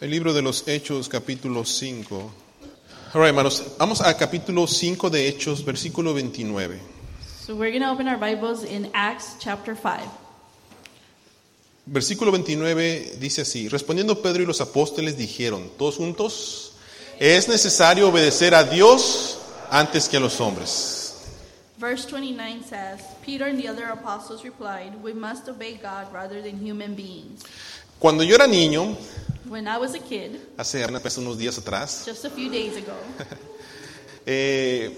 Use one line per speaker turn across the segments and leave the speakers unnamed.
El libro de los Hechos, capítulo 5. Ahora, hermanos, vamos a capítulo 5 de Hechos, versículo 29.
So we're going to open our Bibles in Acts chapter 5.
Versículo 29 dice así, respondiendo Pedro y los apóstoles dijeron, todos juntos, es necesario obedecer a Dios antes que a los hombres.
Verse 29 says, Peter and the other apostles replied, We must obey God rather than human beings.
Cuando yo era niño,
When I was a kid,
hace apenas unos días atrás,
just a few days ago,
eh,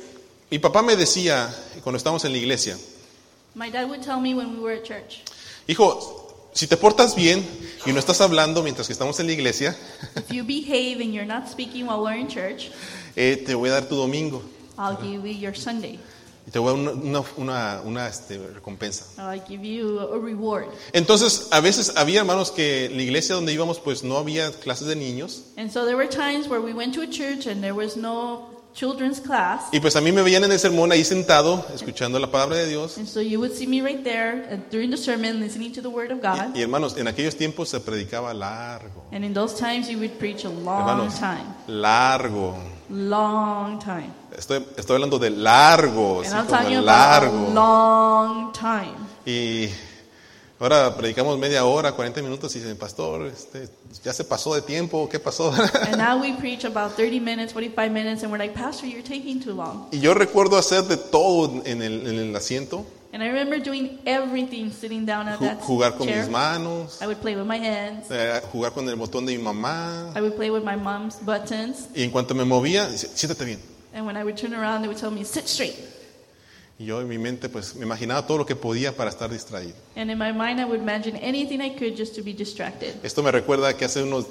mi papá me decía, cuando estábamos en la iglesia,
my dad would tell me when we were at church,
hijo, si te portas bien y no estás hablando mientras que estamos en la iglesia,
If you behave and you're not speaking while we're in church,
eh, te voy a dar tu domingo
I'll give you your Sunday.
y te voy a dar una, una- una- una, este, recompensa.
I'll give you a reward.
Entonces, a veces había hermanos que la iglesia donde íbamos, pues no había clases de niños.
And so there were times where we went to a church and there was no children's class.
Y pues a mí me veían en el sermón ahí sentado, escuchando la palabra de Dios.
And so you would see me right there uh, during the sermon listening to the Word of God.
Y, y, hermanos, en aquellos tiempos se predicaba largo.
And in those times, you would preach a long
Hermanos,
time.
largo.
Long time.
Estoy, estoy hablando de largo,
And
así
I'm
como
talking about a
largo.
long time.
Y ahora predicamos media hora, 40 minutos y dicen, pastor, este, ya se pasó de tiempo, ¿qué pasó?
And now we preach about 30 minutes, 45 minutes, and we're like, Pastor, you're taking too long.
y yo recuerdo hacer de todo en el, en el asiento,
And I remember doing everything sitting down at
ju-
that
jugar con
chair.
mis manos,
I would play with my hands.
eh, jugar con el botón de mi mamá.
I would play with my mom's buttons.
Y en cuanto me movía, dice, siéntate bien.
And when I would turn around, they would tell me, sit straight.
Y yo en mi mente pues me imaginaba todo lo que podía para estar distraído.
And in my mind, I would imagine anything I could just to be distracted.
Esto me recuerda que hace unos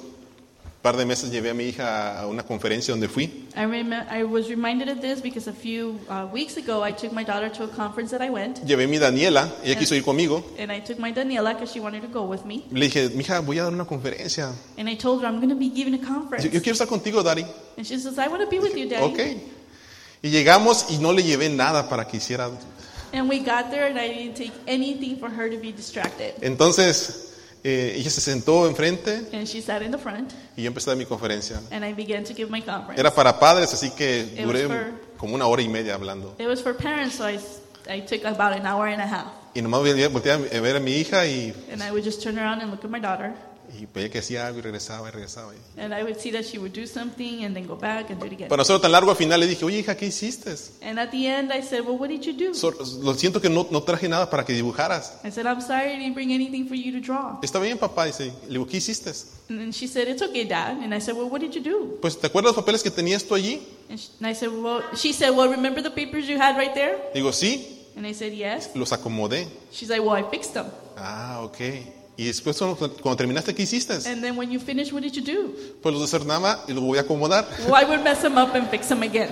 par de meses llevé a mi hija a una conferencia donde fui
I, rem- I was reminded of this because a few uh, weeks ago, I took my daughter to a conference that I went.
llevé a mi Daniela, ella quiso ir conmigo.
And I took my Daniela because she wanted to go with me.
Le dije, mija, voy a dar una conferencia.
And I told her, I'm going to be giving a
Yo,
conference.
yo quiero estar contigo, Dari.
And she says, I want to be with you, Daddy.
Ok. Y llegamos y no le llevé nada para que hiciera.
And we got there, and I didn't take anything for her to be distracted.
Entonces eh, ella se sentó enfrente
And she sat in the front,
y yo empecé a dar mi conferencia.
and I began to give my conference.
Era para padres, así que
was
duré
for-
como una hora y media hablando.
It was for parents, so I, s- I took about an hour and a half.
Y nomás volteé volteé a ver a mi hija y
And I would just turn around and look at my daughter.
Y veía que hacía algo y regresaba y regresaba. Y
And I would see that she would do something and then go back and do it again.
Para hacerlo tan largo, al final le dije, oye hija, ¿qué hiciste?
and at the end, I said, Well, what did you do?
So- lo siento que no, no traje nada para que dibujaras.
I said, I'm sorry, I didn't bring anything for you to draw.
Está bien, papá. Dice, le digo, ¿qué hiciste?
And then she said, It's okay, Dad. And I said, Well, what did you do?
Pues, ¿te acuerdas los papeles que tenías tú allí?
And, sh and I said, Well, she said, Well, remember the papers you had right there?
Digo, sí,
And I said, Yes.
los acomodé.
She's like, Well, I fixed them.
Ah, ok. Y después, cuando, cuando terminaste, ¿qué hiciste?
And then when you finished, what did you do?
Pues los desarmaba y los voy a acomodar.
Well, I would mess them up and fix them again.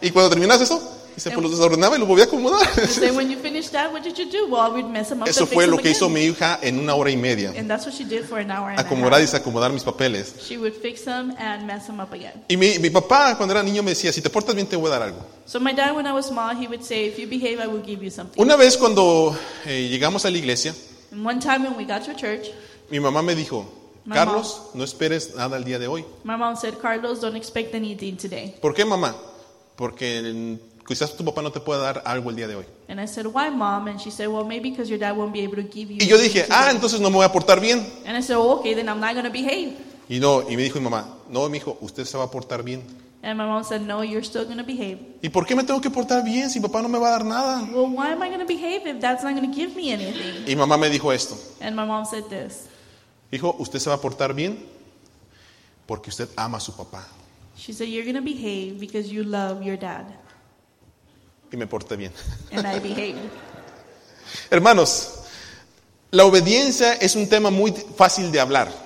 Y cuando terminas eso, dice, pues los desordenaba y los voy a acomodar.
And then when you finished that, what did you do? Well, I would mess them up
Eso
and fix
fue lo
them
que hizo
again.
mi hija en una hora y media.
And that's what she did for an hour and a
Acomodar y
half.
desacomodar mis papeles.
She would fix them and mess them up again.
Y mi, mi papá, cuando era niño, me decía, si te portas bien, te voy a dar algo.
So my dad, when I was small, he would say, "If you behave, I will give you something."
Una vez cuando eh, llegamos a la iglesia,
And one time when we got to church,
mi mamá me dijo,
Mamá.
Carlos, no esperes nada el día de hoy.
my mom said, "Carlos, don't expect anything today."
¿Por qué, mamá? Porque mm, quizás tu papá no te pueda dar algo el día de hoy.
And I said, "Why, mom?" And she said, "Well, maybe because your dad won't be able to give you."
Y yo
anything
dije, ah,
today."
entonces no me voy a portar bien.
And I said, "Oh, "Okay, then I'm not gonna behave."
Y no, y me dijo mi mamá, no, mi hijo, usted se va a portar bien.
And my mom said, "No, you're still gonna behave."
¿Y por qué me tengo que portar bien si papá no me va a dar nada?
Well, why am I gonna behave if dad's not gonna give me anything?
Y mamá me dijo esto,
And my mom said this.
hijo, usted se va a portar bien porque usted ama a su papá.
She said, "You're gonna behave because you love your dad."
Y me porté bien.
And I behaved.
Hermanos, la obediencia es un tema muy fácil de hablar.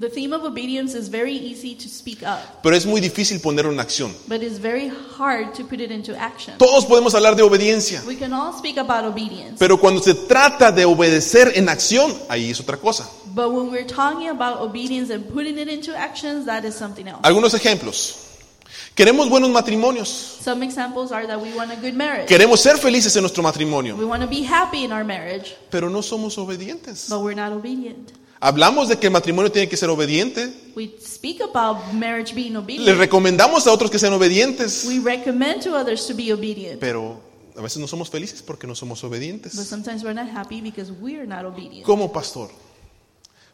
The theme of obedience is very easy to speak up.
pero es muy difícil ponerlo en acción.
But it's very hard to put it into action.
Todos podemos hablar de obediencia,
We can all speak about obedience,
pero cuando se trata de obedecer en acción, ahí es otra cosa.
but when we're talking about obedience and putting it into actions, that is something else.
Algunos ejemplos. Queremos buenos matrimonios.
Some examples are that we want a good marriage,
Queremos ser felices en nuestro matrimonio,
we want to be happy in our marriage,
pero no somos obedientes.
but we're not obedient.
Hablamos de que el matrimonio tiene que ser obediente.
We speak about marriage being
Les
obedient.
recomendamos a otros que sean obedientes.
We recommend to others to be obedient.
Pero a veces no somos felices porque no somos
But
obedientes.
sometimes we're not happy because we're not obedient.
¿Cómo, pastor?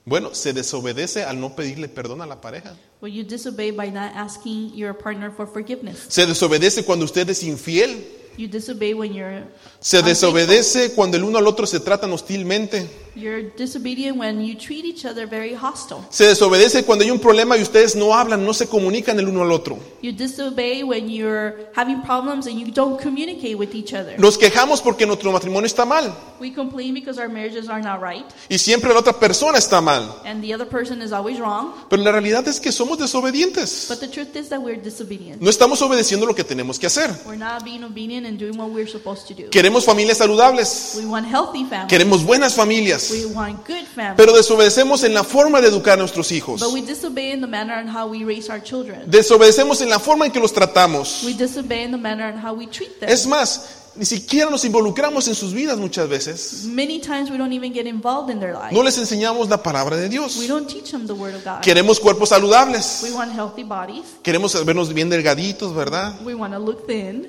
Bueno, se desobedece al no pedirle perdón a la pareja.
Well, you disobey by not asking your partner for forgiveness.
Se desobedece cuando usted es infiel.
You disobey when you're
Se desobedece cuando el uno al otro se tratan hostilmente.
you're disobedient when you treat each other very hostile.
Se desobedece cuando hay un problema y ustedes no hablan, no se comunican el uno al otro.
You disobey when you're having problems and you don't communicate with each other.
Nos quejamos porque nuestro matrimonio está mal
We complain because our marriages are not right
y siempre la otra persona está mal.
and the other person is always wrong.
Pero la realidad es que somos desobedientes.
But the truth is that we're disobedient.
No estamos obedeciendo lo que tenemos que hacer.
We're not being obedient and doing what we're supposed to do.
Queremos familias saludables.
We want healthy families.
Queremos buenas familias.
We want good families.
Pero desobedecemos en la forma de educar a nuestros hijos.
But we disobey in the manner on how we raise our children.
Desobedecemos en la forma en que los tratamos.
We disobey in the manner on how we treat them.
Es más, ni siquiera nos involucramos en sus vidas muchas veces.
Many times we don't even get involved in their lives.
No les enseñamos la palabra de Dios.
We don't teach them the word of God.
Queremos cuerpos
We
saludables.
want healthy bodies.
Queremos vernos bien delgaditos, ¿verdad?
We want to look thin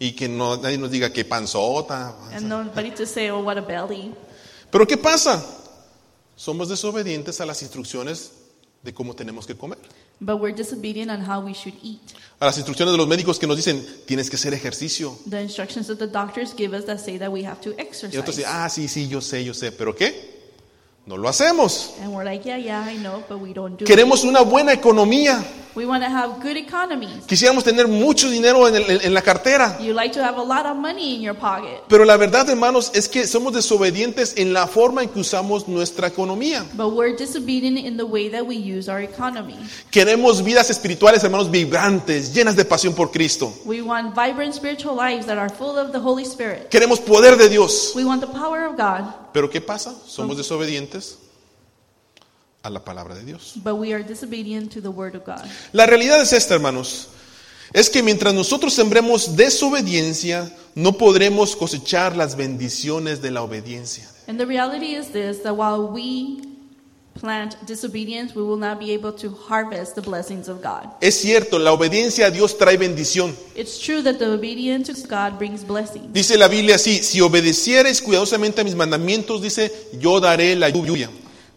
Y que no, nadie nos diga que panzota.
and nobody to say, oh, what a belly.
Pero ¿qué pasa? Somos desobedientes a las instrucciones de cómo tenemos que comer.
But we're disobedient on how we should eat.
A las instrucciones de los médicos que nos dicen, tienes que hacer ejercicio.
The instructions that the doctors give us that say that we have to
Y otros
exercise.
dicen, ah, sí, sí, yo sé, yo sé, pero ¿qué? No lo hacemos.
And we're like, yeah, yeah, I know, but we don't do it.
Queremos una buena economía.
We want to have good economies.
Quisiéramos tener mucho dinero en, el- en la cartera.
You like to have a lot of money in your pocket.
Pero la verdad, hermanos, es que somos desobedientes en la forma en que usamos nuestra economía.
But we're disobedient in the way that we use our economy.
Queremos vidas espirituales, hermanos, vibrantes, llenas de pasión por Cristo.
We want vibrant spiritual lives that are full of the Holy Spirit.
Queremos poder de Dios.
We want the power of God,
Pero ¿qué pasa? Somos desobedientes a la palabra de Dios.
but we are disobedient to the word of God.
La realidad es esta, hermanos. Es que mientras nosotros sembremos desobediencia, no podremos cosechar las bendiciones de la obediencia.
And the reality is this that while we plant disobedience, we will not be able to harvest the blessings of God.
Es cierto, la obediencia a Dios trae bendición.
It's true that the obedience to God brings blessings.
Dice la Biblia así, si obedeciereis cuidadosamente a mis mandamientos, dice, yo daré la lluvia.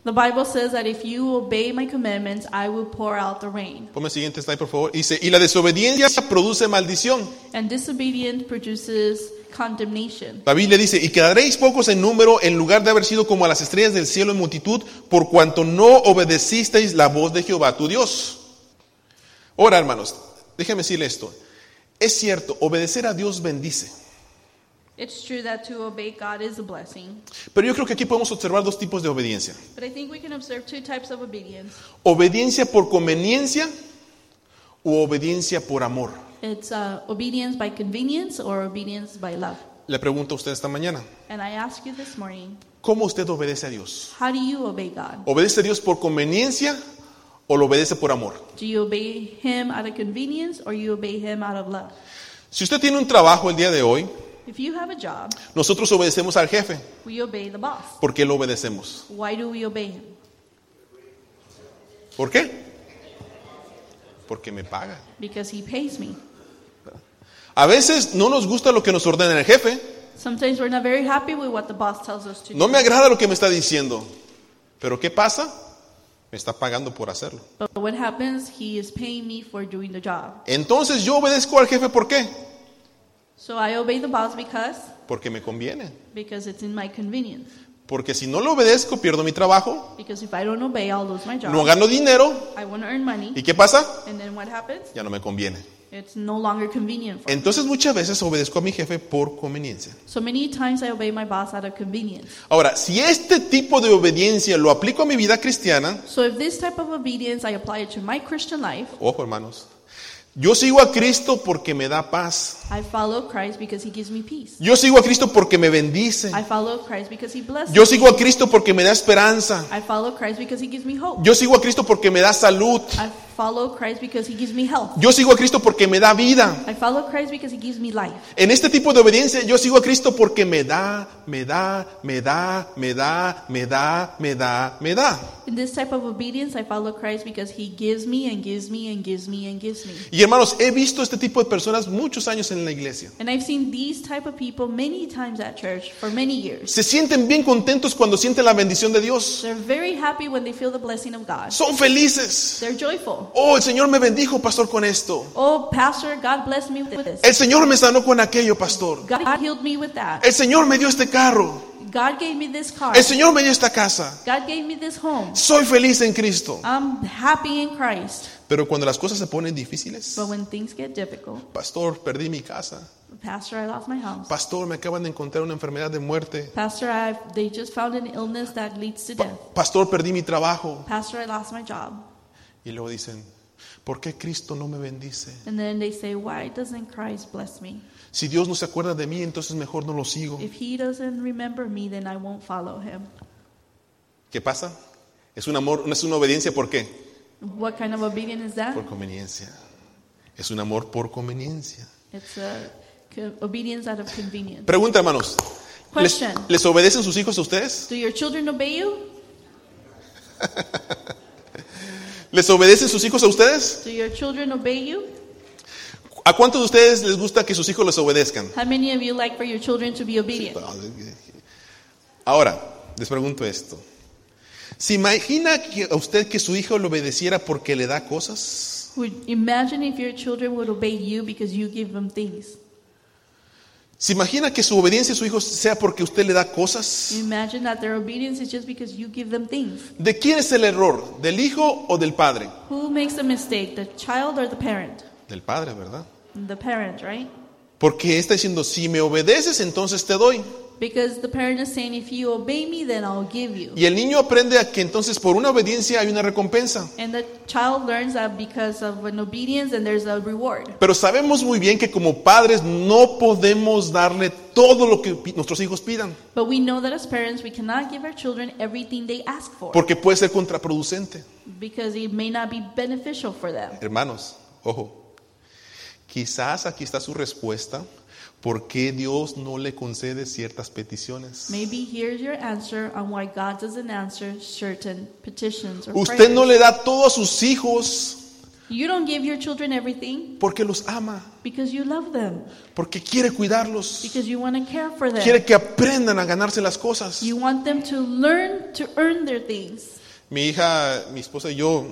The Bible says that if you obey my commandments, I will pour out the rain.
Ponme el siguiente slide, por favor. Dice, y la desobediencia produce maldición.
And disobedience produces condemnation.
La Biblia dice, y quedaréis pocos en número en lugar de haber sido como a las estrellas del cielo en multitud, por cuanto no obedecisteis la voz de Jehová tu Dios. Ahora, hermanos, déjenme decirle esto. Es cierto, obedecer a Dios bendice.
It's true that to obey God is a blessing,
Pero yo creo que aquí podemos observar dos tipos de obediencia.
but I think we can observe two types of obedience.
Obediencia por conveniencia o obediencia por amor.
It's uh, obedience by convenience or obedience by love.
Le pregunto a usted esta mañana,
And I ask you this morning,
¿cómo usted obedece a Dios?
how do you obey God?
¿Obedece a Dios por conveniencia o lo obedece por amor?
Do you obey Him out of convenience or you obey Him out of love?
Si usted tiene un trabajo el día de hoy,
If you have a job,
Nosotros obedecemos al jefe
we obey the boss.
porque lo obedecemos.
Why do we obey Him?
¿Por qué? Porque me paga.
Because He pays me.
A veces no nos gusta lo que nos ordena el jefe,
Sometimes we're not very happy with what the boss tells us to
no
do.
me agrada lo que me está diciendo. Pero ¿qué pasa? Me está pagando por hacerlo.
But what happens? He is paying me for doing the job.
Entonces yo obedezco al jefe ¿por qué?
So I obey the boss because
Porque me conviene.
because it's in my convenience.
Porque si no lo obedezco pierdo mi trabajo,
Because if I don't obey, I'll lose my job.
no gano dinero
I want to earn money,
y ¿qué pasa?
and then what happens?
Ya no me conviene.
It's no longer convenient for me.
Entonces muchas veces obedezco a mi jefe por conveniencia.
So many times I obey my boss out of convenience.
Ahora, si este tipo de obediencia lo aplico a mi vida cristiana,
So if this type of obedience I apply it to my Christian life,
Ojo, hermanos. Yo sigo a Cristo porque me da paz.
I follow Christ because He gives me peace.
Yo sigo a Cristo porque me bendice.
I follow Christ because He blesses.
Yo
me.
sigo a Cristo porque me da esperanza.
I follow Christ because He gives me hope.
Yo sigo a Cristo porque me da salud.
I follow Christ because he gives me health.
Yo sigo a Cristo porque me da vida.
I follow Christ because he gives me life.
En este tipo de obediencia yo sigo a Cristo porque me da, me da, me da, me da, me da, me da, me da.
In this type of obedience, I follow Christ because he gives me and gives me and gives me and gives me.
Y hermanos, he visto este tipo de personas muchos años en la iglesia.
And I've seen these type of people many times at church for many years.
Se sienten bien contentos cuando sienten la bendición de Dios.
They're very happy when they feel the blessing of God.
Son felices.
They're joyful.
Oh, el Señor me bendijo, pastor, con esto.
Oh, pastor, God blessed me with this.
El Señor me sanó con aquello, pastor.
God healed me with that.
El Señor me dio este carro.
God gave me this car.
El Señor me dio esta casa.
God gave me this home.
Soy feliz en Cristo.
I'm happy in Christ.
Pero cuando las cosas se ponen difíciles,
But when things get difficult,
pastor, perdí mi casa.
pastor, I lost my house.
Pastor, me acaban de encontrar una enfermedad de muerte.
Pastor, I they just found an illness that leads to death.
Pastor, perdí mi trabajo.
Pastor, I lost my job.
Y luego dicen, ¿por qué Cristo no me bendice?
And then they say, why doesn't Christ bless me?
Si Dios no se acuerda de mí, entonces mejor no lo sigo.
If he doesn't remember me, then I won't follow him.
¿Qué pasa? Es un amor, es una obediencia, ¿por qué?
What kind of obedience is that?
Por conveniencia. Es un amor por conveniencia.
It's a co- obedience out of convenience.
Pregunta, hermanos. ¿Les,
Question.
les obedecen sus hijos a ustedes?
Do your children obey you?
¿Les obedecen sus hijos a ustedes?
Do your children obey you?
¿A cuántos de ustedes les gusta que sus hijos les obedezcan? Ah,
How many of you like for your children to be obedient?
Ahora, les pregunto esto. ¿Se imagina que a usted que su hijo le obedeciera porque le da cosas?
Would imagine if your children would obey you because you give them things.
¿Se imagina que su obediencia a su hijo sea porque usted le da cosas?
You imagine that their obedience is just because you give them things.
¿De quién es el error? ¿Del hijo o del padre?
Who makes the mistake, the child or the parent?
Del padre, ¿verdad?
The parent, right?
Porque está diciendo, si me obedeces, entonces te doy.
Because the parent is saying, if you obey me, then I'll give you.
Y el niño aprende a que entonces por una obediencia hay una recompensa.
And the child learns that because of an obedience and there's a reward.
Pero sabemos muy bien que como padres no podemos darle todo lo que pi- nuestros hijos pidan,
But we know that as parents, we cannot give our children everything they ask for
porque puede ser contraproducente.
because it may not be beneficial for them.
Hermanos, ojo, quizás aquí está su respuesta, ¿por qué Dios no le concede ciertas peticiones?
Maybe here's your answer on why God doesn't answer certain petitions or
Usted
prayers.
no le da todo a sus hijos
You don't give your children everything
porque los ama,
because you love them,
porque quiere cuidarlos,
because you want to care for them.
quiere que aprendan a ganarse las cosas.
You want them to learn to earn their things.
Mi hija, mi esposa y yo,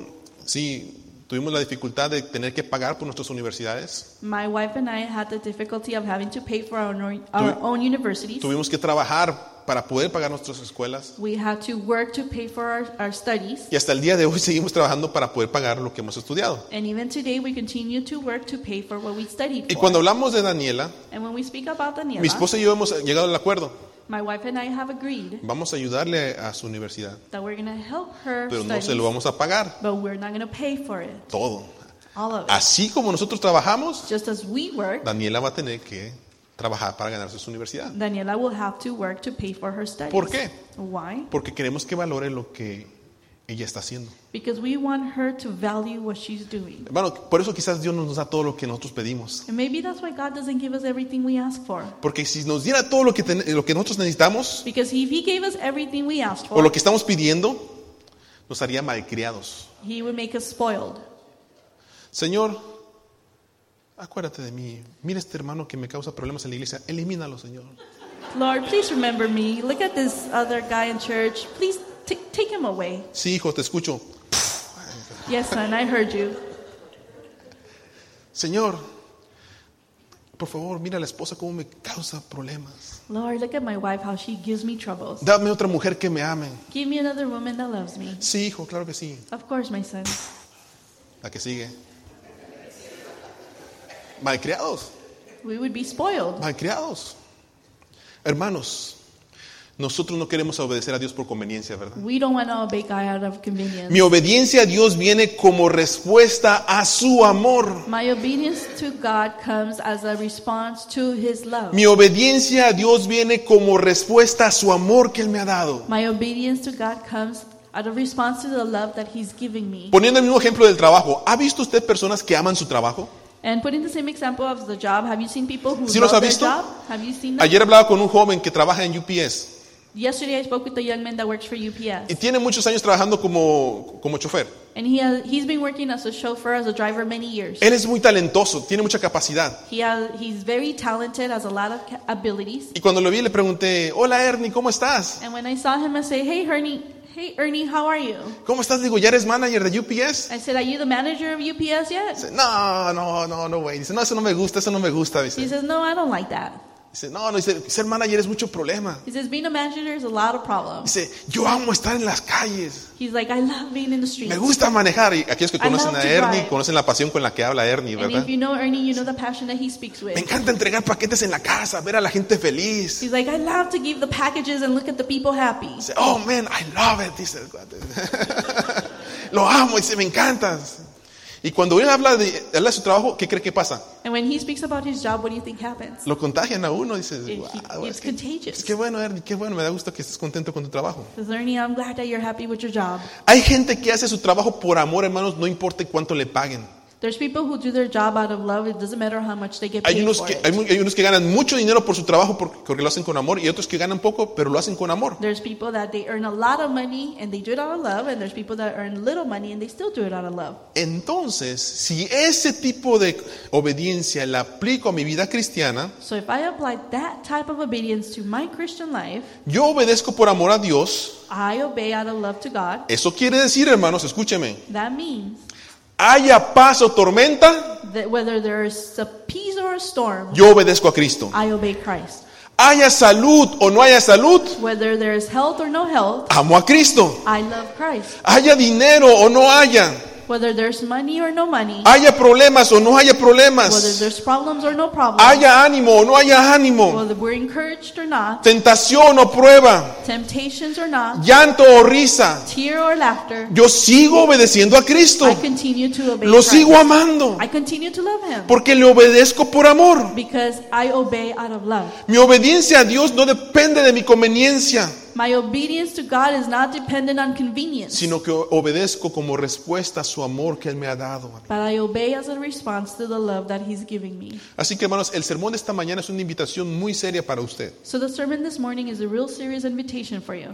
sí, tuvimos la dificultad de tener que pagar por nuestras universidades.
My wife and I had the difficulty of having to pay for our, own- our
Tuvi-
own universities.
Tuvimos que trabajar para poder pagar nuestras escuelas
We had to work to pay for our, our studies.
y hasta el día de hoy seguimos trabajando para poder pagar lo que hemos estudiado.
And even today, we continue to work to pay for what we studied
Y
for.
cuando hablamos de Daniela,
And when we speak about
mi
Daniela,
esposa y yo hemos llegado al acuerdo.
my wife and I have agreed
Vamos a ayudarle a su universidad,
that we're going to help her
pero no se lo
studies,
vamos a pagar
but we're not going to pay for it,
todo.
all of it.
Así como nosotros trabajamos,
Just as we work,
Daniela va a tener que trabajar para ganarse su universidad.
Daniela will have to work to pay for her studies.
¿Por qué?
Why?
Porque queremos que valore lo que ella está haciendo.
Because we want her to value what she's doing.
Hermano, por eso quizás Dios no nos da todo lo que nosotros pedimos.
And maybe that's why God doesn't give us everything we ask for.
Porque si nos diera todo lo que, ten- lo que nosotros necesitamos,
Because if He gave us everything we asked
o
for,
lo que estamos pidiendo nos haría malcriados.
He would make us spoiled.
Señor, acuérdate de mí. Mira este hermano que me causa problemas en la iglesia. Elimínalo, Señor.
Lord, please remember me. Look at this other guy in church. Please t- take him away.
Sí, hijo, te escucho.
Yes, son, I heard you.
Señor, por favor, mira a la esposa cómo me causa problemas.
Lord, look at my wife, how she gives me troubles.
Dame otra mujer que me ame.
Give me another woman that loves me.
Sí, hijo, claro que sí.
Of course, my son.
La que sigue. Malcriados,
We would be spoiled.
malcriados. Hermanos, nosotros no queremos obedecer a Dios por conveniencia, ¿verdad?
We don't want to obey God out of convenience.
Mi obediencia a Dios viene como respuesta a su amor.
My obedience to God comes as a response to His love.
Mi obediencia a Dios viene como respuesta a su amor que Él me ha dado.
My obedience to God comes out of response to the love that He's giving me.
Poniendo el mismo ejemplo del trabajo, ¿ha visto usted personas que aman su trabajo?
And putting the same example of the job, have you seen people who
¿Sí los
love
ha
their
visto?
job? Have you seen them?
Ayer hablaba con un joven que trabaja en UPS
Yesterday I spoke with a young man that works for UPS,
y tiene muchos años trabajando como, como chofer.
and he has, he's been working as a chauffeur, as a driver, many years.
Él es muy talentoso, tiene mucha capacidad.
He has, he's very talented, has a lot of ca- abilities.
Y cuando lo vi le pregunté, hola Ernie, ¿cómo estás?
And when I saw him, I say, "Hey, Ernie, hey Ernie, how are you?"
¿Cómo estás? Digo, ¿ya eres manager de UPS?
I said, "Are you the manager of UPS yet?"
Dice, no, no, no, no, güey. Dice, no, eso no me gusta, eso no me gusta.
He
Dice,
says, "No, I don't like that."
Dice, no, no, dice, ser manager es mucho problema.
He says, "Being a manager is a lot of problems."
Dice, yo amo estar en las calles.
He's like, "I love being in the streets."
Me gusta manejar. Y aquellos que
I love
conocen a
to
Ernie,
drive.
conocen la pasión con la que habla Ernie,
And
¿verdad?
if you know Ernie, you know the passion that he speaks with.
Me encanta entregar paquetes en la casa, ver a la gente feliz.
He's like, I love to give the packages and look at the people happy.
Dice, oh man, I love it, dice el cuate. Lo amo, dice, me encantas. Y cuando él habla de, habla de su trabajo, ¿qué cree que pasa?
And when he speaks about his job, what do you think happens?
Lo contagian a uno, dice,
It-
"Guau,
he-
güey,
it's
es que,
contagious.
es que bueno, Ernie, qué bueno, me da gusto que estés contento con tu trabajo.
Says Ernie, I'm glad that you're happy with your job.
Hay gente que hace su trabajo por amor, hermanos, no importa cuánto le paguen.
There's people who do their job out of love. It doesn't matter how much they get
Hay
paid
unos,
for
que,
it.
hay, mu- hay unos que ganan mucho dinero por su trabajo porque, porque lo hacen con amor y otros que ganan poco, pero lo hacen con amor.
There's people that they earn a lot of money and they do it out of love, and there's people that earn little money and they still do it out of love.
Entonces, si ese tipo de obediencia la aplico a mi vida cristiana,
So if I apply that type of obedience to my Christian life,
yo obedezco por amor a Dios.
I obey out of love to God.
Eso quiere decir, hermanos, escúcheme,
That means
haya paz o tormenta,
that whether there's a peace or a storm,
yo obedezco a Cristo.
I obey Christ.
Haya salud o no haya salud,
Whether there's health or no health,
amo a Cristo.
I love Christ.
Haya dinero o no haya,
Whether there's money or no money,
haya problemas o no haya
whether
problemas,
there's problems or no problems,
haya ánimo o no haya ánimo,
whether we're encouraged or not,
tentación o prueba,
temptations or not,
llanto o risa,
tear or laughter,
yo sigo obedeciendo a Cristo.
I continue to obey
Lo sigo
Christ.
amando.
I continue to love Him
Porque le obedezco por amor.
because I obey out of love.
Mi obediencia a Dios no depende de mi conveniencia,
My obedience to God is not dependent on convenience,
sino que obedezco como respuesta a su amor que Él me ha dado.
but I obey as a response to the love that He's giving me.
Así que hermanos, el sermón de esta mañana es una invitación muy seria para usted,
So the sermon this morning is a real serious invitation for you.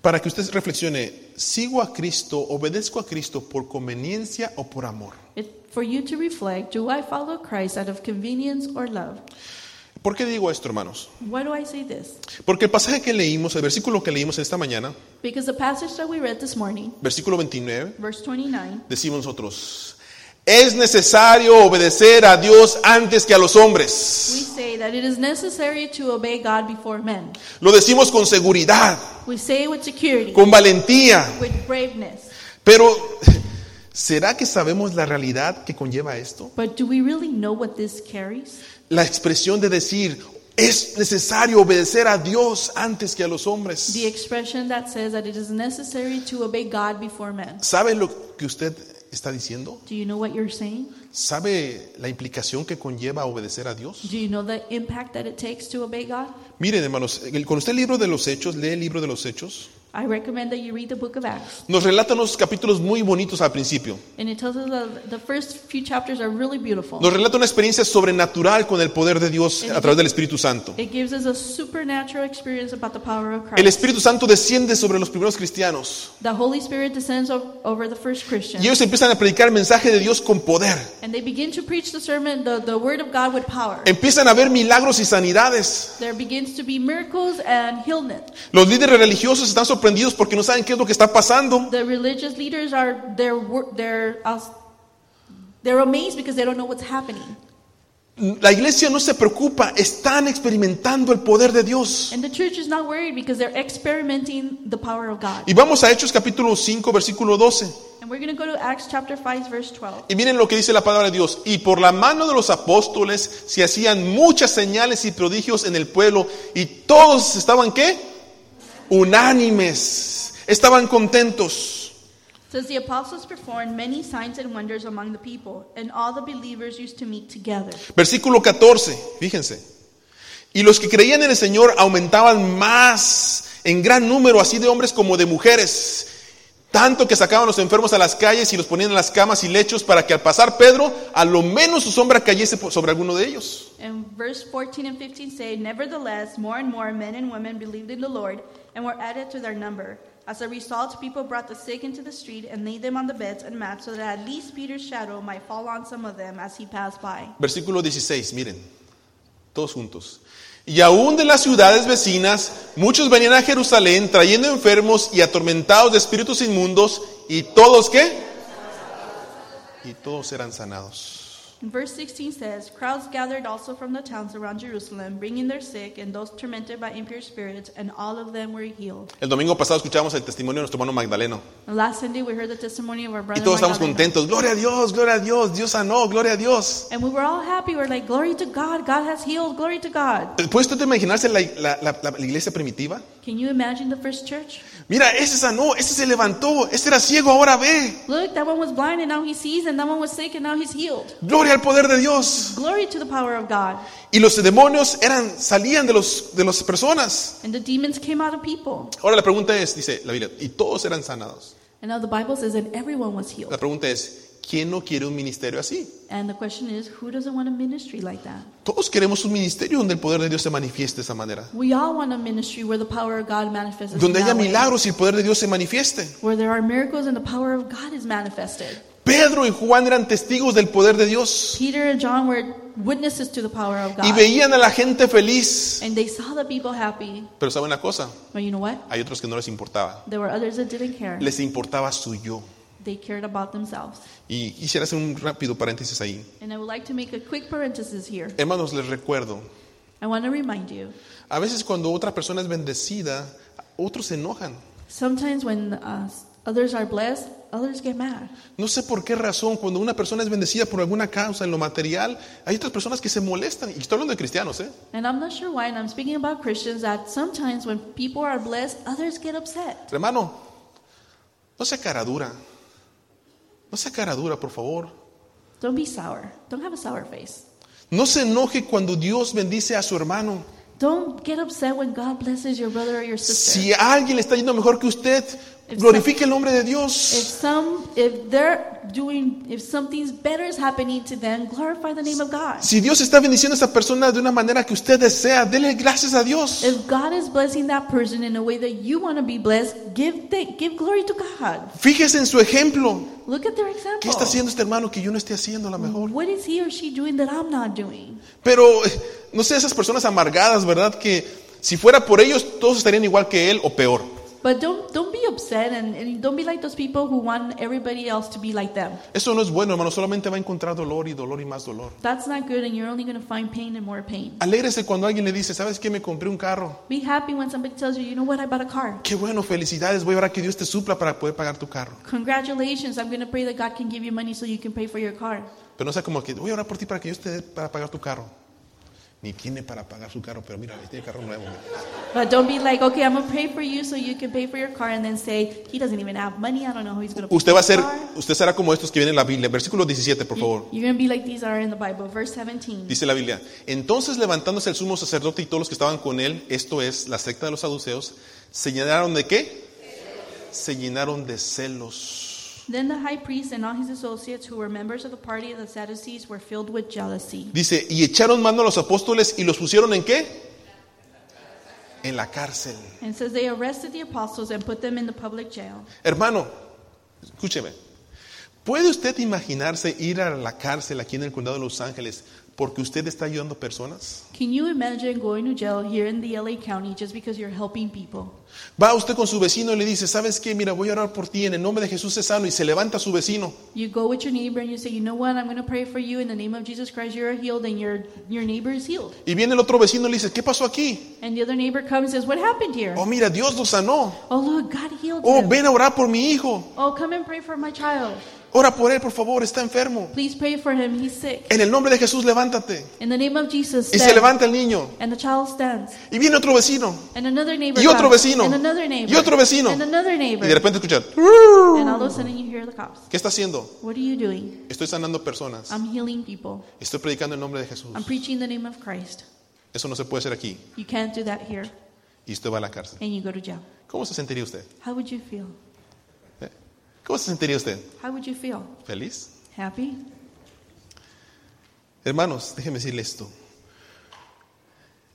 para que usted reflexione, ¿sigo a Cristo, obedezco a Cristo por conveniencia o por amor?
It, for you to reflect, do I follow Christ out of convenience or love?
¿Por qué digo esto, hermanos?
Why do I say this?
Porque el pasaje que leímos, el versículo que leímos esta mañana,
Because the passage that we read this morning,
versículo 29,
verse 29,
decimos nosotros, es necesario obedecer a Dios antes que a los hombres.
we say that it is necessary to obey God before men.
Lo decimos con seguridad,
We say it with security,
con valentía,
with braveness.
pero ¿será que sabemos la realidad que conlleva esto?
But do we really know what this carries?
La expresión de decir, es necesario obedecer a Dios antes que a los hombres.
The expression that says that it is necessary to obey God before men.
¿Sabe lo que usted está diciendo?
Do you know what you're saying?
¿Sabe la implicación que conlleva obedecer a Dios?
Do you know the impact that it takes to obey God?
Miren, hermanos, el- cuando usted el libro de los Hechos, lee el libro de los Hechos,
I recommend that you read the book of Acts.
nos relata unos capítulos muy bonitos al principio.
And it tells us that the first few chapters are really beautiful.
Nos relata una experiencia sobrenatural con el poder de Dios a través del Espíritu Santo.
It gives us a supernatural experience about the power of
El
Christ.
Espíritu Santo desciende sobre los primeros cristianos
The Holy Spirit descends o- over the first
y
Christian,
ellos empiezan a predicar el mensaje de Dios con poder.
and they begin to preach the sermon, the, the word of God with power.
Empiezan a ver milagros y sanidades.
There begins to be miracles and healing.
Los líderes religiosos están sorprendidos porque no saben qué es lo que está pasando.
The religious leaders are they're wor- they're aus- they're amazed because they don't know what's happening.
La iglesia no se preocupa, están experimentando el poder de Dios.
And the church is not worried because they're experimenting the power of God.
Y vamos a Hechos capítulo 5, versículo 12.
And we're going to go to Acts chapter 5 verse 12.
Y miren lo que dice la palabra de Dios. Y por la mano de los apóstoles se hacían muchas señales y prodigios en el pueblo. Y todos estaban qué? Unánimes. Estaban contentos.
It says the apostles performed many signs and wonders among the people, and all the believers used to meet together.
Versículo 14, fíjense. Y los que creían en el Señor aumentaban más en gran número, así de hombres como de mujeres. Tanto que sacaban los enfermos a las calles y los ponían en las camas y lechos para que al pasar Pedro, a lo menos su sombra cayese por- sobre alguno de ellos.
And verse 14 and 15 say, Nevertheless, more and more men and women believed in the Lord and were added to their number. As a result, people brought the sick into the street and laid them on the beds and mats so that at least Peter's shadow might fall on some of them as he passed by.
Versículo 16, miren, todos juntos. Y aún de las ciudades vecinas, muchos venían a Jerusalén trayendo enfermos y atormentados de espíritus inmundos, y todos qué? Y todos eran sanados.
And Verse 16 says, Crowds gathered also from the towns around Jerusalem, bringing their sick and those tormented by impure spirits, and all of them were healed.
El domingo pasado escuchamos el testimonio de nuestro hermano Magdaleno.
And last Sunday, we heard the testimony of our
Y
brother.
todos estamos
Magdaleno.
contentos. Gloria a Dios, gloria a Dios, Dios sanó, gloria a Dios.
And we were all happy. We're like, Glory to God. God has healed. Glory to God.
¿Puedes tú te imaginarse la, la- la- la- la iglesia primitiva?
Can you imagine the first church?
Mira, ese sanó, ese se levantó, ese era ciego, ahora ve.
Look, that one was blind and now he sees, and that one was sick and now he's healed.
Gloria al poder de Dios.
Glory to the power of God.
Y los demonios eran, salían de, los, de las personas.
And the demons came out of people.
Ahora la pregunta es, dice la Biblia, y todos eran sanados.
And now the Bible says that everyone was
La
healed.
pregunta es, ¿quién no quiere un ministerio así?
And the question is, who doesn't want a ministry like that?
Todos queremos un ministerio donde el poder de Dios se manifieste de esa manera.
We all want a ministry where the power of God manifests. in
Donde
that
haya
way.
milagros y el poder de Dios se manifieste.
Where there are miracles and the power of God is manifested.
Pedro y Juan eran testigos del poder de Dios
Peter and John were witnesses to the power of
y
God.
veían a la gente feliz.
And they saw the people happy.
Pero saben una cosa,
But you know what?
hay otros que no les importaba.
There were others that didn't care.
Les importaba su yo.
They cared about themselves.
Y quisiera hacer un rápido paréntesis ahí.
And I would like to make a quick parenthesis here.
Hermanos, les recuerdo,
I want to remind you
A veces cuando otra persona es bendecida, otros se enojan.
sometimes when uh, others are blessed, others get mad.
No sé por qué razón, cuando una persona es bendecida por alguna causa en lo material, hay otras personas que se molestan. Y estoy hablando de cristianos, ¿eh?
And I'm not sure why, and I'm speaking about Christians, that sometimes when people are blessed, others get upset.
Hermano, no sea cara dura. No sea cara dura, por favor.
Don't be sour. Don't have a sour face.
No se enoje cuando Dios bendice a su hermano.
Don't get upset when God blesses your brother or your sister.
Si a alguien le está yendo mejor que usted, glorifique el nombre de
If
Dios.
some, if they're doing, if something's better is happening to them, glorify the name of God.
Si Dios está bendiciendo a esa persona de una manera que usted desea, dele gracias a Dios.
If God is blessing that person in a way that you want to be blessed, give thank, give glory to God.
Fíjese en su ejemplo.
Look at their
¿Qué
example.
está haciendo este hermano que yo no esté haciendo a lo mejor?
What is he or she doing that I'm not doing?
Pero, eh, no sé, esas personas amargadas, ¿verdad? Que si fuera por ellos, todos estarían igual que él o peor.
But don't don't be upset and, and don't be like those people who want everybody else to be like them.
Eso no es bueno, hermano. Solamente va a encontrar dolor y dolor y más dolor.
That's not good, and you're only going to find pain and more pain.
Alégrese cuando alguien le dice, ¿sabes qué? Me compré un carro.
Be happy when somebody tells you, you know what, I bought a car.
Qué bueno, felicidades. Voy a orar que Dios te supla para poder pagar tu carro.
Congratulations, I'm going to pray that God can give you money so you can pay for your car.
Pero no sea como que voy a orar por ti para que Dios te dé para pagar tu carro. Ni tiene para pagar su carro, pero mira, tiene carro nuevo. mira.
But don't be like, okay, I'm going to pray for you so you can pay for your car, and then say, he doesn't even have money, I don't know how he's going to pay
Usted
for
va a
his
ser,
car.
usted será como estos que vienen en la Biblia. Versículo 17, por favor.
You- You're going to be like these are in the Bible. Verse 17.
Dice la Biblia, entonces levantándose el sumo sacerdote y todos los que estaban con él, esto es, la secta de los saduceos, se llenaron de qué? Se llenaron de celos.
Then the high priest and all his associates who were members of the party of the Sadducees were filled with jealousy.
Dice, y echaron mano a los apóstoles y los pusieron en qué? En la cárcel.
And it says they arrested the apostles and put them in the public jail.
Hermano, escúcheme, ¿puede usted imaginarse ir a la cárcel aquí en el condado de Los Ángeles porque usted está ayudando personas?
Can you imagine going to jail here in the LA County just because you're helping people?
Va usted con su vecino y le dice, ¿sabes qué? Mira, voy a orar por ti, en el nombre de Jesús es sano, y se levanta su vecino.
You go with your neighbor and you say, you know what, I'm going to pray for you in the name of Jesus Christ. You're healed and your, your neighbor is healed.
Y viene el otro vecino y le dice, ¿qué pasó aquí?
And the other neighbor comes and says, what happened here?
Oh, mira, Dios lo sanó.
Oh, look, God healed
Oh,
him.
ven a orar por mi hijo.
Oh, come and pray for my child.
Ora por él, por favor, está enfermo.
Please pray for him. He's sick.
En el nombre de Jesús, levántate.
In the name of Jesus,
Y se
stand.
levanta el niño.
And the child stands.
Y viene otro vecino.
And another neighbor
Y otro
comes.
vecino.
And another neighbor.
Y otro vecino.
And another
Y
neighbor.
de repente escuchan,
And all of a sudden you hear the cops.
¿qué está haciendo?
What are you doing?
Estoy sanando personas.
I'm healing people.
Estoy predicando el nombre de Jesús.
I'm preaching the name of Christ.
Eso no se puede hacer aquí.
You can't do that here.
Y usted va a la cárcel.
And you go to jail.
¿Cómo se sentiría usted?
How would you feel?
¿Eh? ¿Cómo se sentiría usted?
How would you feel?
¿Feliz?
Happy?
Hermanos, déjenme decirle esto.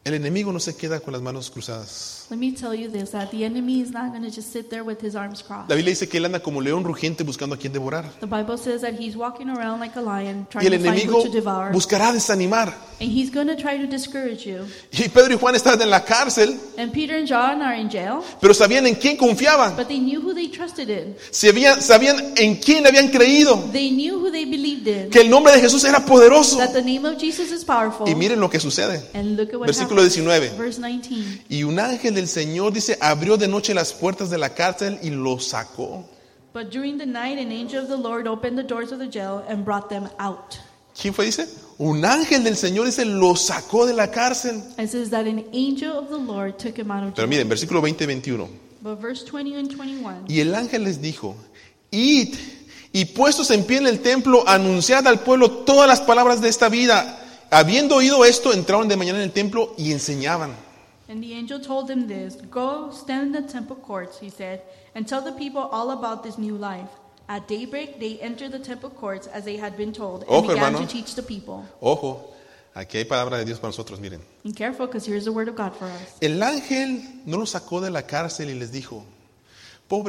El enemigo no se queda con las manos cruzadas.
Let me tell you this that the enemy is not going to just sit there with his arms crossed.
La Biblia dice que él anda como león rugiente buscando a quien devorar.
The Bible says that he's walking around like a lion
Y
trying
el
to find
enemigo
who to devour.
buscará desanimar.
And he's going to try to discourage you.
Y Pedro y Juan estaban en la cárcel,
And Peter and John are in jail,
pero sabían en quién confiaban.
but they knew who they trusted in.
Se habían- sabían en quién habían creído.
They knew who they believed in.
Que el nombre de Jesús era poderoso.
That the name of Jesus is powerful.
Y miren lo que sucede.
And look at what
Versículo
happens.
19.
Verse 19.
Y un ángel del Señor dice, abrió de noche las puertas de la cárcel y lo sacó.
But during the night, an angel of the Lord opened the doors of the jail and brought them out.
¿Quién fue? Dice, un ángel del Señor dice, lo sacó de la cárcel.
It says that an angel of the Lord took him out of
Pero
jail.
miren, versículo 20-21.
But verse 20 and 21.
Y el ángel les dijo, id y puestos en pie en el templo, anunciad al pueblo todas las palabras de esta vida. Habiendo oído esto, entraron de mañana en el templo y enseñaban.
And the angel told him this Go stand in the temple courts, he said, and tell the people all about this new life. At daybreak, they entered the temple courts as they had been told and
Ojo,
began
hermano.
to teach the people.
Ojo, aquí hay palabra de Dios para nosotros, miren.
And careful, because here's the word of God for us.
El ángel no los sacó de la cárcel y les dijo,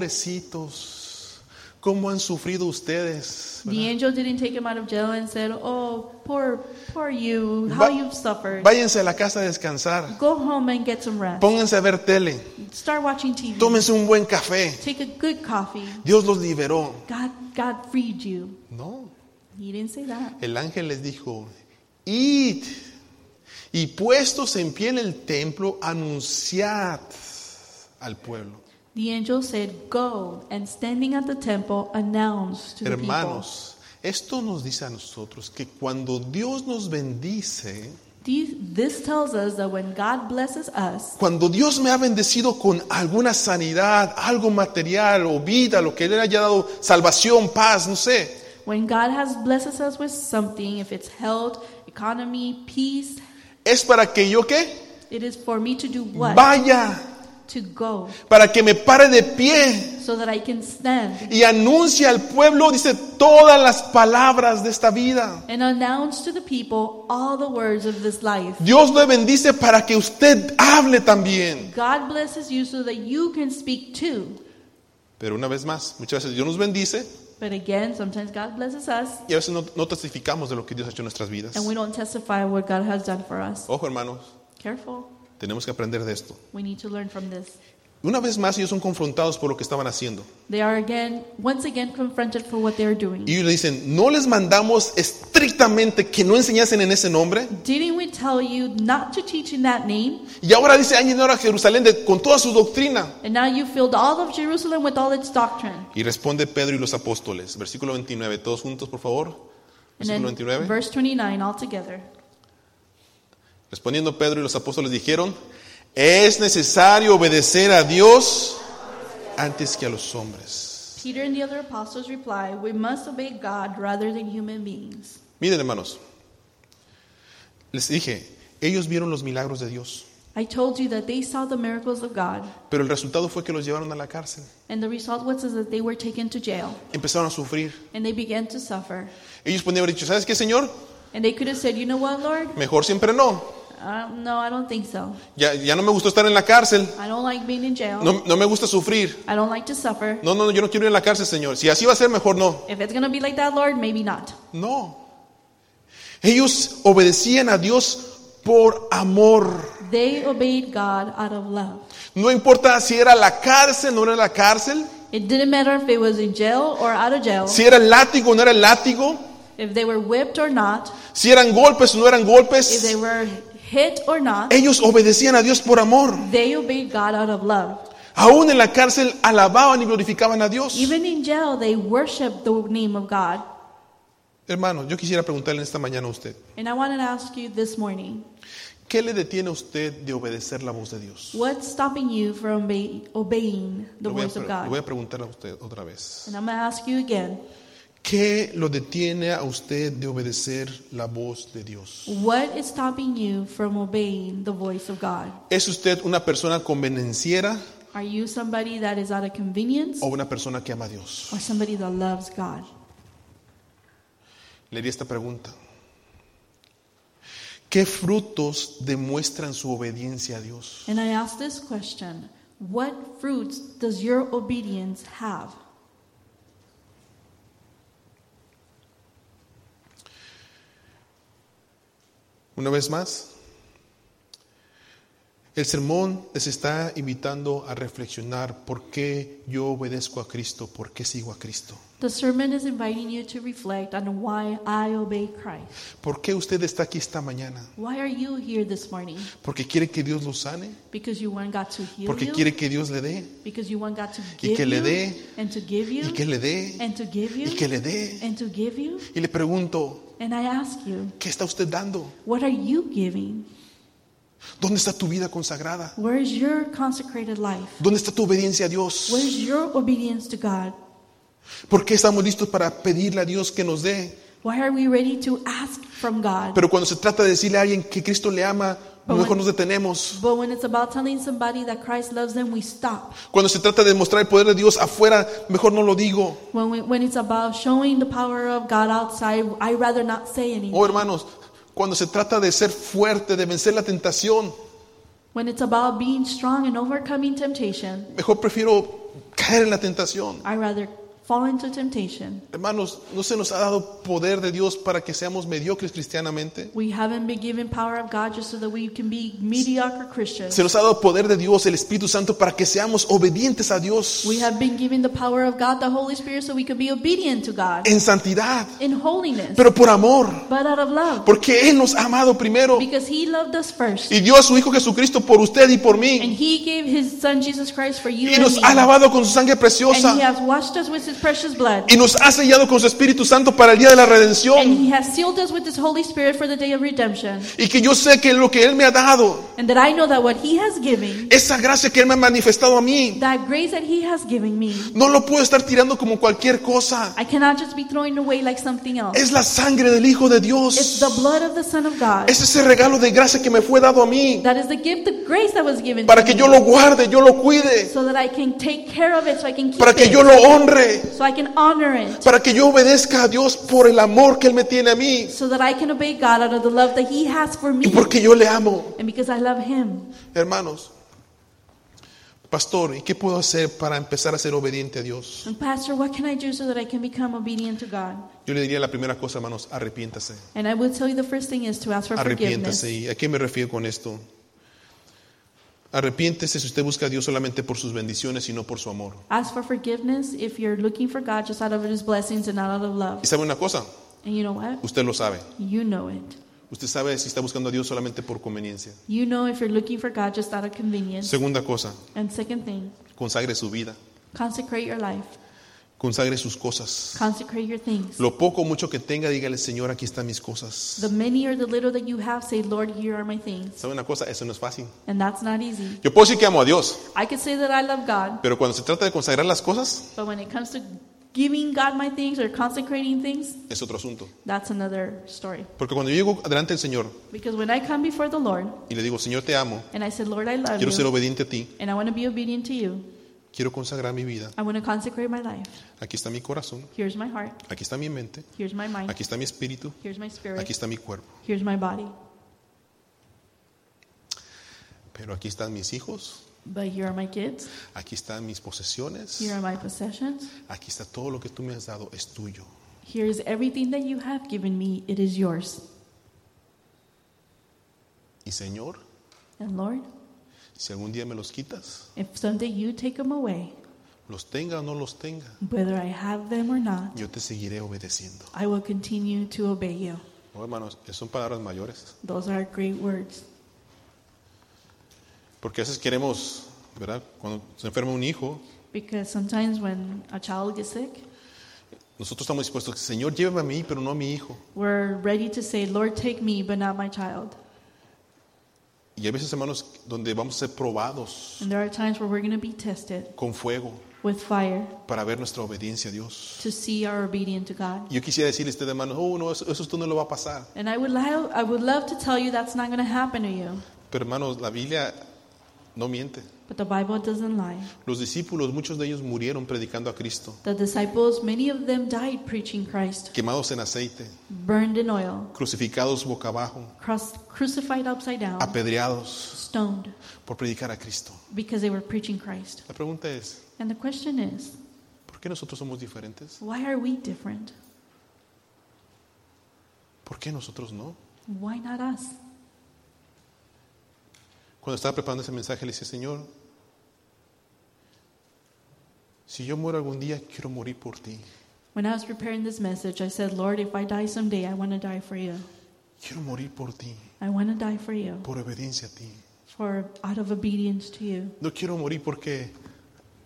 pobrecitos, ¿cómo han sufrido ustedes?
The angel didn't take him out of jail and said, Oh, poor, poor you, how
Va-
you've suffered.
Váyanse a la casa a descansar,
Go home and get some rest.
pónganse a ver tele,
Start watching TV.
tómense un buen café.
Take a good coffee.
Dios los liberó.
God, God freed you.
No,
He didn't say that.
El ángel les dijo, id y puestos en pie en el templo, anunciad al pueblo.
The angel said, Go, and standing at the temple, announced to the people.
Hermanos, esto nos dice a nosotros que cuando Dios nos bendice,
These, this tells us that when God blesses us,
cuando Dios me ha bendecido con alguna sanidad, algo material o vida, lo que le haya dado, salvación, paz, no sé,
when God has blesses us with something, if it's health, economy, peace,
es para que yo qué?
it is for me to do what?
Vaya,
To go,
para que me pare de pie.
so that I can stand
y anuncia al pueblo, dice, todas las palabras de esta vida.
and announce to the people all the words of this life.
Dios le bendice para que usted hable también.
God blesses you so that you can speak too.
Pero una vez más, muchas veces Dios nos bendice
But again, sometimes God blesses us
y a veces no, no testificamos de lo que Dios ha hecho en nuestras vidas.
and we don't testify what God has done for us.
Ojo hermanos,
Careful.
tenemos que aprender de esto.
We need to learn from this.
Una vez más ellos son confrontados por lo que estaban haciendo.
They are again, once again, confronted for what they are doing.
Y ellos le dicen, no les mandamos estrictamente que no enseñasen en ese nombre.
Didn't we tell you not to teach in that name?
Y ahora dice, han llenado a Jerusalén de- con toda su doctrina.
And now you filled all of Jerusalem with all its doctrine.
Y responde Pedro y los apóstoles. Versículo 29, todos juntos por favor.
And
Versículo
then
29.
verse 29 altogether.
Respondiendo Pedro y los apóstoles dijeron, es necesario obedecer a Dios antes que a los hombres.
Peter and the other apostles reply, We must obey God rather than human beings.
Miren hermanos, les dije, ellos vieron los milagros de Dios,
I told you that they saw the miracles of God,
pero el resultado fue que los llevaron a la cárcel.
and the result was is that they were taken to jail
Empezaron a sufrir.
and they began to suffer.
Ellos podían haber dicho, ¿sabes qué, Señor?
And they could have said, You know what, Lord?
Mejor siempre no.
Um, no, I don't think so.
Ya, ya no me gustó estar en la cárcel.
I don't like being in jail.
No, no me gusta sufrir.
I don't like to suffer.
No, no, no, yo no quiero ir a la cárcel, Señor. Si así va a ser, mejor no.
If it's going to be like that, Lord, maybe not.
No. Ellos obedecían a Dios por amor.
They obeyed God out of love.
No importa si era la cárcel, no era la cárcel,
It didn't matter if it was in jail or out of jail,
si era el látigo, no era el látigo,
if they were whipped or not,
si eran golpes, no eran
if they
golpes.
were hit or not.
Ellos obedecían a Dios por amor.
They obeyed God out of love.
Aún en la cárcel alababan y glorificaban a Dios.
Even in jail, they worshiped the name of God.
Hermano, yo quisiera preguntarle en esta mañana a usted,
And I wanted to ask you this morning
¿qué le detiene a usted de obedecer la voz de Dios?
what's stopping you from obe- obeying the
Lo voy, a,
voice of
pre- lo voy
God?
a preguntar a usted otra vez.
And I'm going to ask you again
¿Qué lo detiene a usted de obedecer la voz de Dios?
what is stopping you from obeying the voice of God?
¿Es usted una persona convenenciera
Are you somebody that is out of convenience
o una persona que ama a Dios?
or somebody that loves God?
Le haría esta pregunta. ¿Qué frutos demuestran su obediencia a Dios?
And I ask this question What fruits does your obedience have?
Una vez más, el sermón les está invitando a reflexionar por qué yo obedezco a Cristo, por qué sigo a Cristo,
The sermon is inviting you to reflect on why I obey Christ.
por qué usted está aquí esta mañana,
Why are you here this morning?
porque quiere que Dios lo sane,
Because you want God to heal
porque
you?
quiere que Dios le dé,
Because you want God to
Y
give
que le
you
dé.
and to give you
y que le dé,
and to give you
y que le dé.
and to give you.
Y le pregunto,
And I ask you,
¿qué está usted dando?
what are you giving?
¿Dónde está tu vida consagrada?
Where is your consecrated life?
¿Dónde está tu obediencia a Dios?
Where is your obedience to God?
¿Por qué estamos listos para pedirle a Dios que nos dé?
Why are we ready to ask from God?
Pero cuando se trata de decirle a alguien que Cristo le ama, a lo mejor nos detenemos.
But when it's about telling somebody that Christ loves them, we stop.
Cuando se trata de mostrar el poder de Dios afuera, mejor no lo digo.
When, we, when it's about showing the power of God outside, I rather not say anything.
Oh, hermanos, cuando se trata de ser fuerte, de vencer la tentación,
When it's about being strong and overcoming temptation,
mejor prefiero caer en la tentación.
I rather fall into temptation.
Hermanos, ¿no se nos ha dado poder de Dios para que seamos mediocres cristianamente?
We haven't been given power of God just so that we can be mediocre Christians.
Se nos ha dado poder de Dios, el Espíritu Santo, para que seamos obedientes a Dios
We have been given the power of God, the Holy Spirit, so we can be obedient to God
en santidad,
in holiness,
pero por amor,
but out of love,
porque Él nos ha amado primero
because He loved us first,
y dio a su Hijo Jesucristo por usted y por
and
mí
He gave His Son Jesus Christ for you
y
and
nos ha
me,
lavado con su sangre
and He
preciosa
has washed us with His precious blood,
y nos ha sellado con su Espíritu Santo para el día de la redención.
and He has sealed us with His Holy Spirit for the day of redemption,
Y que yo sé que lo que Él me ha dado,
and that I know that what He has given,
esa gracia que Él me ha manifestado a mí,
that grace that He has given me,
no lo puedo estar tirando como cualquier cosa.
I cannot just be throwing away like something else.
Es la sangre del Hijo de
It's
Dios.
the blood of the Son of God.
Es ese regalo de gracia que me fue dado a mí
That is the gift, the grace that was given
para
to
que
me,
yo lo guarde, yo lo cuide,
so that I can take care of it, so I can keep
para que
it,
yo lo honre,
so I can honor it,
para que yo obedezca a Dios por el amor que Él me tiene a mí
so that I can obey God out of the love that He has for
y
me,
porque yo le amo.
and because I love Him.
Hermanos, pastor, ¿y qué puedo hacer para empezar a ser obediente a Dios?
And Pastor, what can I do so that I can become obedient to God?
Yo le diría la primera cosa, hermanos, arrepiéntase.
And I will tell you the first thing is to ask for forgiveness.
Arrepiéntase. ¿Y a qué me refiero con esto? Arrepiéntese si usted busca a Dios solamente por sus bendiciones y no por su amor.
Ask for forgiveness if you're looking for God just out of His blessings and not out of love.
Y sabe una cosa,
And you know what?
usted lo sabe.
You know it.
Usted sabe si está buscando a Dios solamente por conveniencia.
You know if you're looking for God just out of convenience.
Segunda cosa,
And second thing,
consagre su vida,
consecrate your life.
consagre sus cosas.
Consecrate your things.
Lo poco o mucho que tenga, dígale, Señor, aquí están mis cosas.
The many or the little that you have, say, Lord, here are my things.
¿Sabe una cosa? Eso no es fácil.
And that's not easy.
Yo puedo decir que amo a Dios,
I could say that I love God,
pero cuando se trata de consagrar las cosas,
but when it comes to giving God my things or consecrating things,
es otro asunto.
that's another story.
Porque cuando yo llego delante del Señor
Because when I come before the Lord
y le digo, Señor, te amo,
and I said, Lord, I love
quiero ser
you,
obediente a ti,
and I want to be obedient to you,
quiero consagrar mi vida,
I want to consecrate my life.
aquí está mi corazón,
Here's my heart,
Aquí está mi mente,
here's my mind,
aquí está mi espíritu,
here's my
aquí
spirit,
está mi cuerpo.
here's my body.
Pero aquí están mis hijos,
But here are my kids,
aquí están mis posesiones,
here are my possessions,
aquí está todo lo que tú me has dado, es tuyo.
here is everything that you have given me, it is yours.
Y Señor,
And Lord,
si algún día me los quitas,
if someday you take them away,
los tenga o no los tenga,
whether I have them or not,
yo te seguiré obedeciendo.
I will continue to obey you.
No, hermanos, esas son palabras mayores,
Those are great words.
porque a veces queremos, ¿verdad? Cuando se enferma un hijo,
Because sometimes when a child gets sick,
nosotros estamos dispuestos, Señor, llévame a mí, pero no a mi hijo.
we're ready to say, Lord, take me, but not my child.
Y hay veces, hermanos, donde vamos a ser probados
And there are times where we're going to be tested
con fuego
with fire
para ver nuestra obediencia a Dios.
to see our obedience to God.
Yo quisiera decirle a usted, hermano, oh, no, eso, eso a usted no lo va a pasar.
And I would, li- I would love to tell you that's not going to happen to you.
Pero hermanos, la Biblia No miente.
But the Bible doesn't lie.
Los discípulos, muchos de ellos murieron predicando a Cristo,
The disciples, many of them died preaching Christ,
quemados en aceite,
burned in oil,
crucificados boca abajo,
cross, crucified upside down,
apedreados
stoned,
por predicar a Cristo.
because they were preaching Christ.
La pregunta es,
And the question is,
¿por qué nosotros somos diferentes?
why are we different?
¿Por qué nosotros no?
Why not us?
Cuando estaba preparando ese mensaje le dije, Señor, si yo muero algún día, quiero morir por ti.
When I was preparing this message, I said, Lord, if I die someday, I want to die for you.
Quiero morir por ti,
I want to die for you,
por obediencia a ti.
for out of obedience to you.
No quiero morir porque,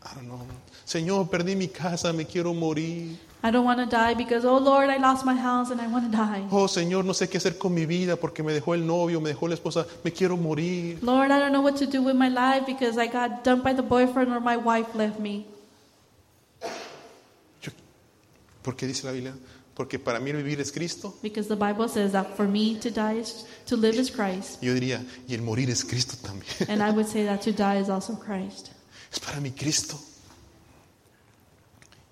I don't know. Señor, perdí mi casa, me quiero morir.
I don't want to die because, oh Lord, I lost my house and I want to die.
Oh, Señor, no sé qué hacer con mi vida porque me dejó el novio, me dejó la esposa, me quiero morir.
Lord, I don't know what to do with my life because I got dumped by the boyfriend or my wife left me.
Yo- ¿Por qué dice la Biblia? Porque para mí el vivir es Cristo.
Because the Bible says that for me to die is to live is Christ,
Yo diría, y el morir es Cristo también.
and I would say that to die is also Christ.
Es para mi Cristo.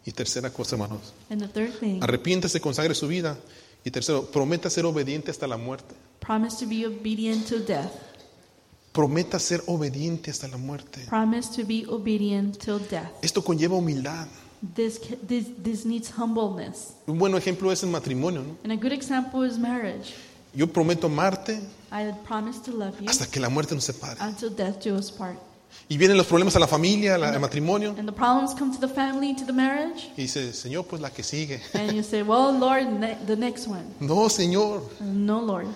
Y tercera cosa, hermanos.
And the third thing,
Arrepiéntase, consagre su vida. Y tercero, prometa ser obediente hasta la muerte.
promise to be obedient to death.
Prometa ser obediente hasta la muerte.
Promise to be obedient till death.
Esto conlleva humildad.
This ca- this this needs humbleness.
Un buen ejemplo es el matrimonio. ¿no?
And a good example is marriage.
Yo prometo amarte
I had promised to love you
hasta que la muerte nos separe.
until death do us part.
Y vienen los problemas a la familia, a la- al matrimonio.
And the problems come to the family, to the marriage,
Y dice, Señor, pues la que sigue.
and you say, "Well, Lord, ne- the next one."
No, Señor.
No, Lord.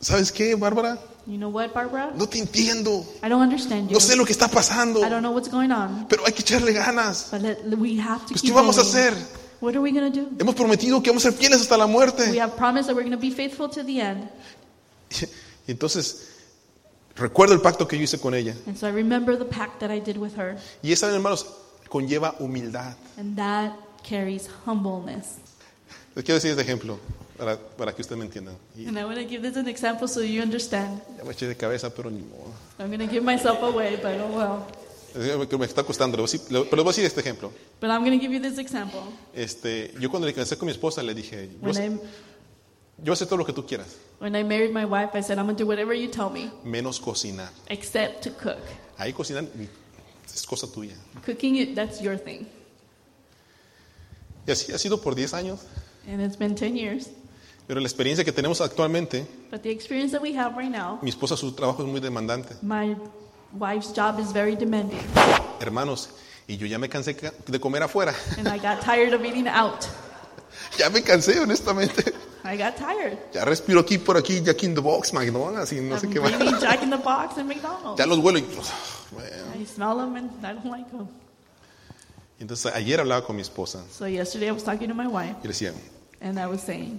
¿Sabes qué, Bárbara?
You know what, Barbara?
No te entiendo.
I don't understand you.
No sé lo que está pasando.
I don't know what's going on,
Pero hay que echarle ganas.
but let, we have to
Pues, ¿qué
keep
vamos a
going.
hacer? Eh.
What are we going to do?
Hemos prometido que vamos a ser fieles hasta la
We
muerte.
have promised that we're going to be faithful to the end.
Y entonces, recuerdo el pacto que yo hice con ella.
And so I remember the pact that I did with her,
Y esa, hermanos, conlleva humildad.
and that carries humbleness.
Les quiero decir este ejemplo para, para que ustedes me entiendan. Y
And I want to give this an example so you understand.
ya me eché de cabeza, pero ni modo.
I'm going to give myself away, but oh well.
Es que Me está costando. le voy a decir- le- Pero les voy a decir este ejemplo.
But I'm going to give you this example.
Este, yo cuando le casé con mi esposa le dije, yo,
When I
yo hacer todo lo que tú quieras,
when I married my wife, I said I'm going to do whatever you tell me,
menos cocinar.
except to cook.
Ahí cocinar ni- es cosa tuya.
Cooking it, that's your thing.
Y así ha sido por 10 años.
And it's been 10 years.
Pero la experiencia que tenemos actualmente,
But the experience that we have right now,
mi esposa su trabajo es muy demandante.
my wife's job is very demanding.
hermanos, y yo ya me cansé ca- de comer afuera.
And I got tired of eating out.
Ya me cansé, honestamente.
I got tired.
Ya respiro aquí, por aquí, Jack in the Box, McDonald's y no sé
I'm
qué más.
eating Jack in the Box and McDonald's.
Ya los vuelo y... bueno.
I smell them and I don't like them.
Entonces, ayer hablaba con mi esposa
So yesterday I was talking to my wife
y le decía,
and I was saying,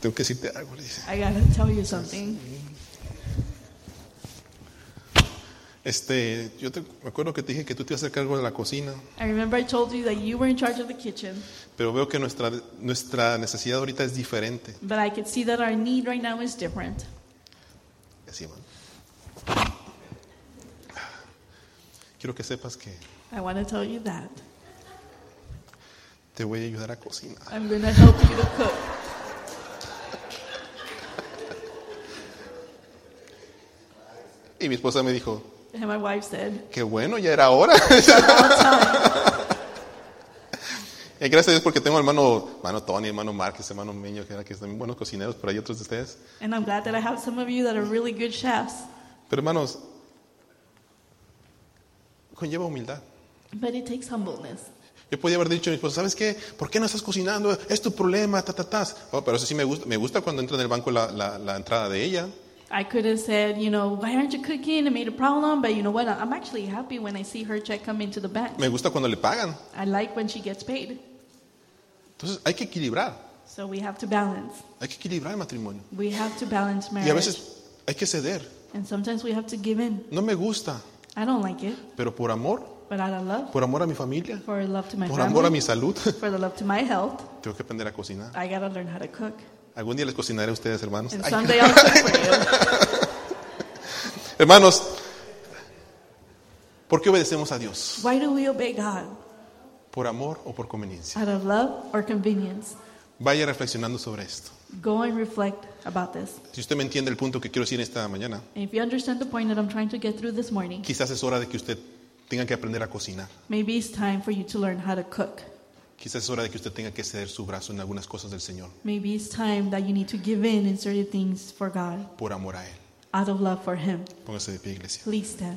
tengo que decirte algo, le dije.
I gotta tell you something.
Este, yo te, me acuerdo que te dije que tú te ibas a hacer cargo de la cocina,
I remember I told you that you were in charge of the kitchen,
pero veo que nuestra, nuestra necesidad ahorita es diferente.
but I could see that our need right now is different.
Y así, bueno. Quiero que sepas que
I wanna tell you that.
te voy a ayudar a cocinar.
I'm gonna help you to cook.
Y mi esposa me dijo,
And my wife said,
qué bueno, ya era hora. Eh, gracias a Dios porque tengo hermano, hermano Tony, hermano Márquez, hermano Miño, que, era- que son buenos cocineros, pero hay otros de ustedes.
and I'm glad that I have some of you that are really good chefs,
Pero hermanos, conlleva humildad.
but it takes humbleness.
Yo podía haber dicho a mi esposa, ¿sabes qué? ¿Por qué no estás cocinando? Es tu problema, ta, ta, tas. Oh, pero eso sí me gusta, me gusta cuando entra en el banco la, la- la entrada de ella.
I could have said, you know, why aren't you cooking? It made a problem, but you know what? I'm actually happy when I see her check come into the bank.
Me gusta cuando le pagan.
I like when she gets paid.
Entonces hay que equilibrar,
So we have to balance.
hay que equilibrar el matrimonio.
We have to balance marriage.
Y a veces hay que ceder.
And sometimes we have to give in.
No me gusta,
I don't like it,
pero por amor,
but out of love,
por amor a mi familia,
for love to my
por amor a
family,
mi salud,
for the love to my health,
tengo que aprender a cocinar.
I gotta learn how to cook.
Algún día les cocinaré a ustedes, hermanos.
And
Ay,
someday I'll cook for you.
hermanos, ¿Por qué obedecemos a Dios?
Why do we obey God?
¿Por amor o por conveniencia?
Out of love or convenience?
Vaya reflexionando sobre esto.
Go and reflect about this.
Si usted me entiende el punto que quiero decir esta mañana,
And if you understand the point that I'm trying to get through this morning,
quizás es hora de que usted tenga que aprender a cocinar.
maybe it's time for you to learn how to cook.
Quizás es hora de que usted tenga que ceder su brazo en algunas cosas del Señor
Maybe it's time that you need to give in in certain things for God
por amor a Él.
out of love for Him.
Póngase de pie, iglesia.
Please stand.